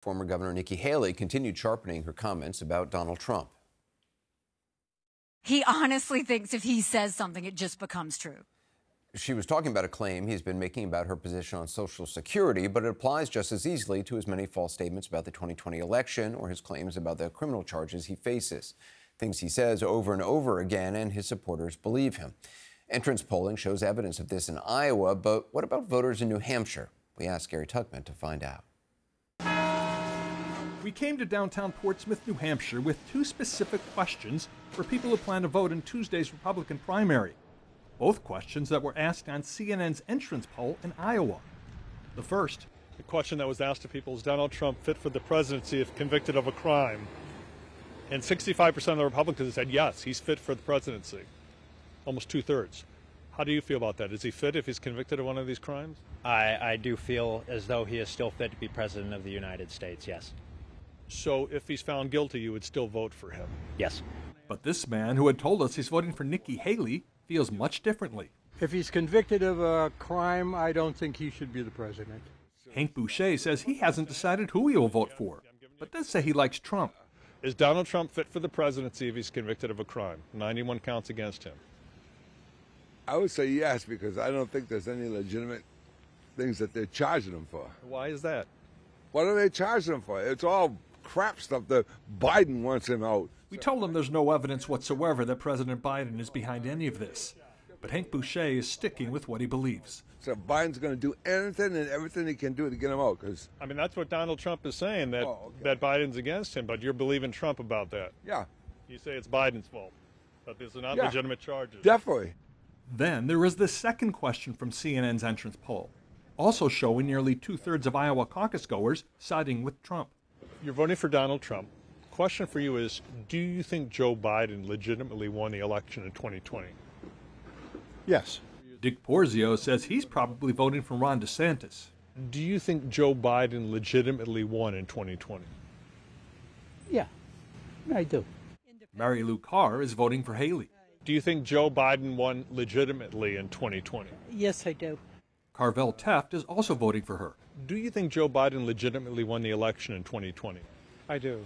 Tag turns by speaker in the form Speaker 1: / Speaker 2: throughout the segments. Speaker 1: Former Governor Nikki Haley continued sharpening her comments about Donald Trump.
Speaker 2: He honestly thinks if he says something, it just becomes true.
Speaker 1: She was talking about a claim he's been making about her position on Social Security, but it applies just as easily to his many false statements about the 2020 election or his claims about the criminal charges he faces. Things he says over and over again, and his supporters believe him. Entrance polling shows evidence of this in Iowa, but what about voters in New Hampshire? We asked Gary Tuckman to find out.
Speaker 3: We came to downtown Portsmouth, New Hampshire with two specific questions for people who plan to vote in Tuesday's Republican primary. Both questions that were asked on CNN's entrance poll in Iowa. The first
Speaker 4: The question that was asked to people is Donald Trump fit for the presidency if convicted of a crime? And 65% of the Republicans said yes, he's fit for the presidency. Almost two thirds. How do you feel about that? Is he fit if he's convicted of one of these crimes?
Speaker 5: I, I do feel as though he is still fit to be president of the United States. Yes.
Speaker 4: So if he's found guilty, you would still vote for him.
Speaker 5: Yes.
Speaker 3: But this man, who had told us he's voting for Nikki Haley, feels much differently.
Speaker 6: If he's convicted of a crime, I don't think he should be the president.
Speaker 3: Hank Boucher says he hasn't decided who he'll vote for, but does say he likes Trump.
Speaker 4: Is Donald Trump fit for the presidency if he's convicted of a crime? 91 counts against him.
Speaker 7: I would say yes because I don't think there's any legitimate things that they're charging him for.
Speaker 4: Why is that?
Speaker 7: What are they charging him for? It's all crap stuff that Biden wants him out.
Speaker 3: We told him there's no evidence whatsoever that President Biden is behind any of this. But Hank Boucher is sticking with what he believes.
Speaker 7: So Biden's going to do anything and everything he can do to get him out because,
Speaker 4: I mean, that's what Donald Trump is saying that,
Speaker 7: Oh, okay.
Speaker 4: that Biden's against him, but you're believing Trump about that.
Speaker 7: yeah,
Speaker 4: You say it's Biden's fault, but these are not
Speaker 7: Yeah.
Speaker 4: legitimate charges.
Speaker 7: definitely.
Speaker 3: Then there is the second question from CNN's entrance poll, also showing nearly two thirds of Iowa caucus goers siding with Trump.
Speaker 4: You're voting for Donald Trump. Question for you is Do you think Joe Biden legitimately won the election in 2020?
Speaker 6: Yes.
Speaker 3: Dick Porzio says he's probably voting for Ron DeSantis.
Speaker 4: Do you think Joe Biden legitimately won in 2020?
Speaker 6: Yeah, I do.
Speaker 3: Mary Lou Carr is voting for Haley.
Speaker 4: Do you think Joe Biden won legitimately in 2020?
Speaker 8: Yes, I do.
Speaker 3: Carvel Teft is also voting for her.
Speaker 4: Do you think Joe Biden legitimately won the election in 2020?
Speaker 6: I do.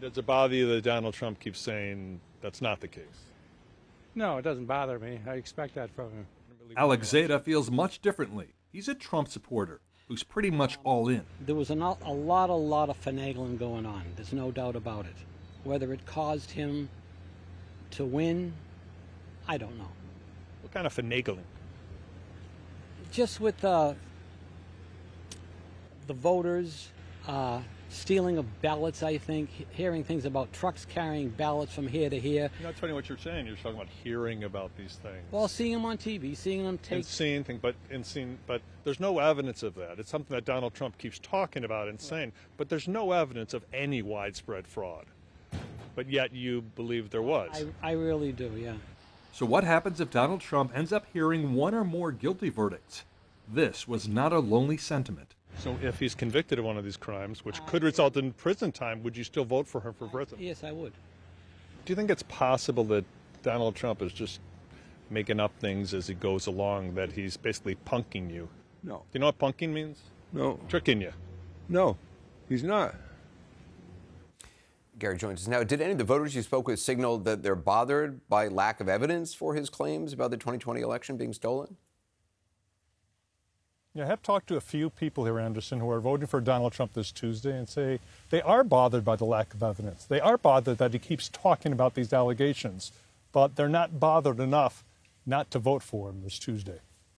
Speaker 4: Does it bother you that Donald Trump keeps saying that's not the case?
Speaker 6: No, it doesn't bother me. I expect that from him.
Speaker 3: Alex Zeta feels much differently. He's a Trump supporter who's pretty much all in.
Speaker 8: There was an, a lot, a lot of finagling going on. There's no doubt about it. Whether it caused him to win, I don't know.
Speaker 4: What kind of finagling?
Speaker 8: Just with uh, the voters, uh, stealing of ballots, I think, he- hearing things about trucks carrying ballots from here to here.
Speaker 4: You're not telling what you're saying. You're talking about hearing about these things.
Speaker 8: Well, seeing them on TV, seeing them take.
Speaker 4: and seeing thing, but and seeing, but there's no evidence of that. It's something that Donald Trump keeps talking about and saying, but there's no evidence of any widespread fraud. But yet you believe there was.
Speaker 8: I, I really do, yeah.
Speaker 3: So, what happens if Donald Trump ends up hearing one or more guilty verdicts? This was not a lonely sentiment.
Speaker 4: so if he's convicted of one of these crimes, which could result in prison time, would you still vote for him for president?
Speaker 8: Yes, I would.
Speaker 4: Do you think it's possible that Donald Trump is just making up things as he goes along? That he's basically punking you.
Speaker 7: No,
Speaker 4: Do you know what punking means?
Speaker 7: no,
Speaker 4: Tricking you.
Speaker 7: no, he's not.
Speaker 1: Gary joins us now. Did any of the voters you spoke with signal that they're bothered by lack of evidence for his claims about the 2020 election being stolen?
Speaker 4: Yeah, I have talked to a few people here, Anderson, who are voting for Donald Trump this Tuesday and say they are bothered by the lack of evidence. They are bothered that he keeps talking about these allegations, but they're not bothered enough not to vote for him this Tuesday.